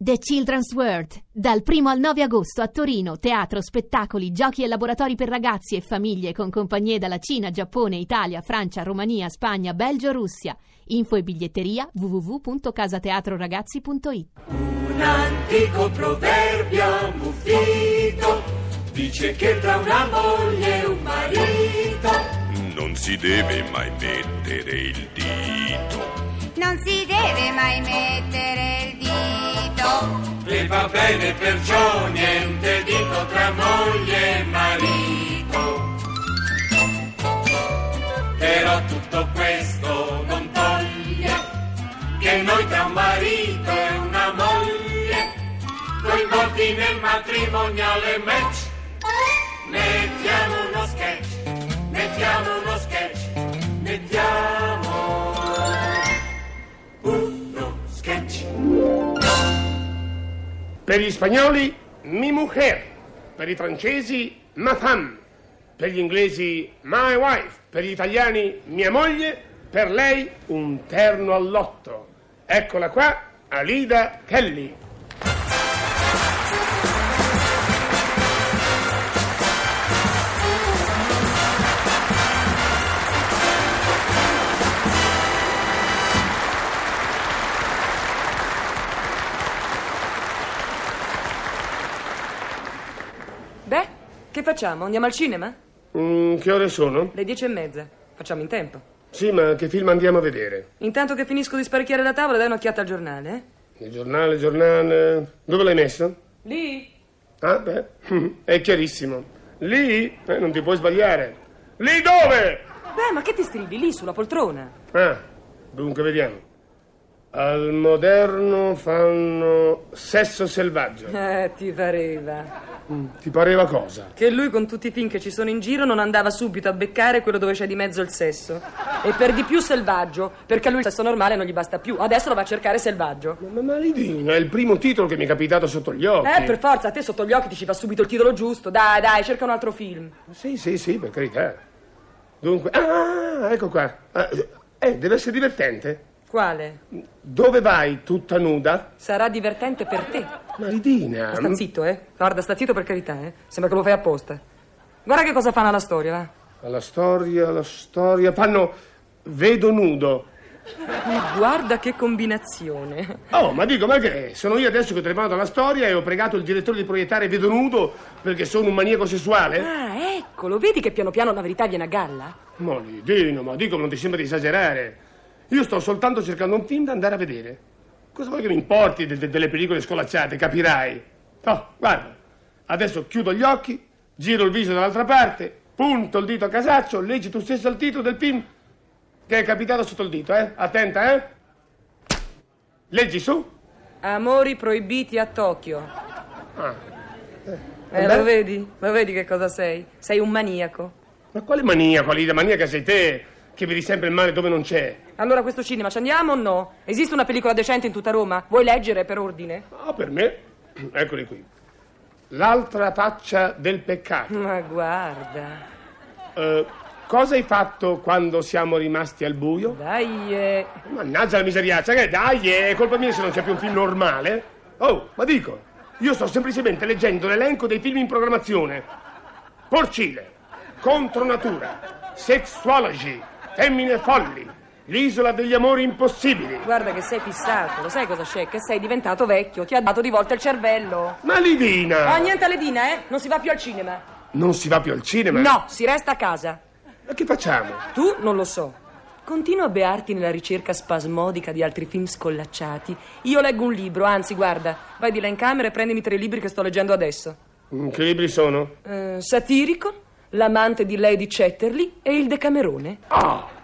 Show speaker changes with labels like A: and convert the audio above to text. A: The Children's World, dal 1 al 9 agosto a Torino, teatro, spettacoli, giochi e laboratori per ragazzi e famiglie con compagnie dalla Cina, Giappone, Italia, Francia, Romania, Spagna, Belgio, Russia. Info e biglietteria www.casateatroragazzi.it.
B: Un antico proverbio ammuffito dice che tra una moglie e un marito
C: Non si deve mai mettere il dito.
D: Non si deve mai mettere il dito.
B: e va bene perciò niente dico tra moglie e marito. Però tutto questo non toglie che noi tra un marito e una moglie coinvolti nel matrimoniale match mettiamo uno sketch, mettiamo uno sketch, mettiamo uno sketch.
E: Per gli spagnoli, mi mujer. Per i francesi, ma femme. Per gli inglesi, my wife. Per gli italiani, mia moglie. Per lei, un terno all'otto. Eccola qua, Alida Kelly.
F: Beh, che facciamo? Andiamo al cinema?
E: Mm, che ore sono?
F: Le dieci e mezza. Facciamo in tempo.
E: Sì, ma che film andiamo a vedere?
F: Intanto che finisco di sparecchiare la tavola, dai un'occhiata al giornale, eh?
E: Il giornale, giornale... Dove l'hai messo?
F: Lì?
E: Ah, beh, è chiarissimo. Lì eh, non ti puoi sbagliare. Lì dove?
F: Beh, ma che ti stridi? Lì, sulla poltrona.
E: Ah, dunque vediamo. Al moderno fanno sesso selvaggio.
F: Eh, ti pareva.
E: Ti pareva cosa?
F: Che lui con tutti i film che ci sono in giro non andava subito a beccare quello dove c'è di mezzo il sesso. E per di più selvaggio, perché a lui il sesso normale non gli basta più. Adesso lo va a cercare selvaggio.
E: Ma maledino, è il primo titolo che mi è capitato sotto gli occhi.
F: Eh, per forza, a te sotto gli occhi ti ci va subito il titolo giusto. Dai, dai, cerca un altro film.
E: Sì, sì, sì, per carità. Dunque, ah, ecco qua. Ah, Eh, deve essere divertente.
F: Quale?
E: Dove vai tutta nuda?
F: Sarà divertente per te.
E: Maledina.
F: Sta zitto, eh. Guarda, sta zitto per carità, eh. Sembra che lo fai apposta. Guarda che cosa fanno alla storia, va.
E: Alla storia, alla storia. Fanno vedo nudo.
F: Guarda che combinazione.
E: Oh, ma dico, ma che è? Sono io adesso che ho telefonato alla storia e ho pregato il direttore di proiettare Vedo Nudo perché sono un maniaco sessuale?
F: Ah, eccolo, vedi che piano piano la verità viene a galla?
E: Maledino, ma dico, non ti sembra di esagerare? Io sto soltanto cercando un film da andare a vedere. Cosa vuoi che mi importi de- de- delle pellicole scolacciate, capirai? Oh, guarda, adesso chiudo gli occhi, giro il viso dall'altra parte, punto il dito a casaccio, leggi tu stesso il titolo del film che è capitato sotto il dito, eh? Attenta, eh? Leggi su.
F: Amori proibiti a Tokyo.
E: Ah.
F: Eh,
E: Beh.
F: lo vedi? Lo vedi che cosa sei? Sei un maniaco.
E: Ma quale maniaco, Alida? Maniaca sei te, che vedi sempre il male dove non c'è.
F: Allora, a questo cinema ci andiamo o no? Esiste una pellicola decente in tutta Roma? Vuoi leggere per ordine?
E: Ah, per me, eccoli qui. L'altra faccia del peccato.
F: Ma guarda.
E: Eh, cosa hai fatto quando siamo rimasti al buio?
F: Dai, eh.
E: Mannaggia la miseriaccia, che dai, è colpa mia se non c'è più un film normale. Oh, ma dico, io sto semplicemente leggendo l'elenco dei film in programmazione. Porcile, Contro Natura, Sexuology, Femmine Folli, L'isola degli amori impossibili.
F: Guarda che sei fissato, lo sai cosa c'è? Che sei diventato vecchio, ti ha dato di volta il cervello.
E: Malidina!
F: Ah, niente Aledina, eh? Non si va più al cinema.
E: Non si va più al cinema?
F: No, si resta a casa.
E: Ma che facciamo?
F: Tu non lo so. Continua a bearti nella ricerca spasmodica di altri film scollacciati. Io leggo un libro, anzi, guarda, vai di là in camera e prendimi tre libri che sto leggendo adesso.
E: Mm, Che libri sono?
F: Eh, satirico, L'amante di Lady Chatterley e Il Decamerone.
E: Ah,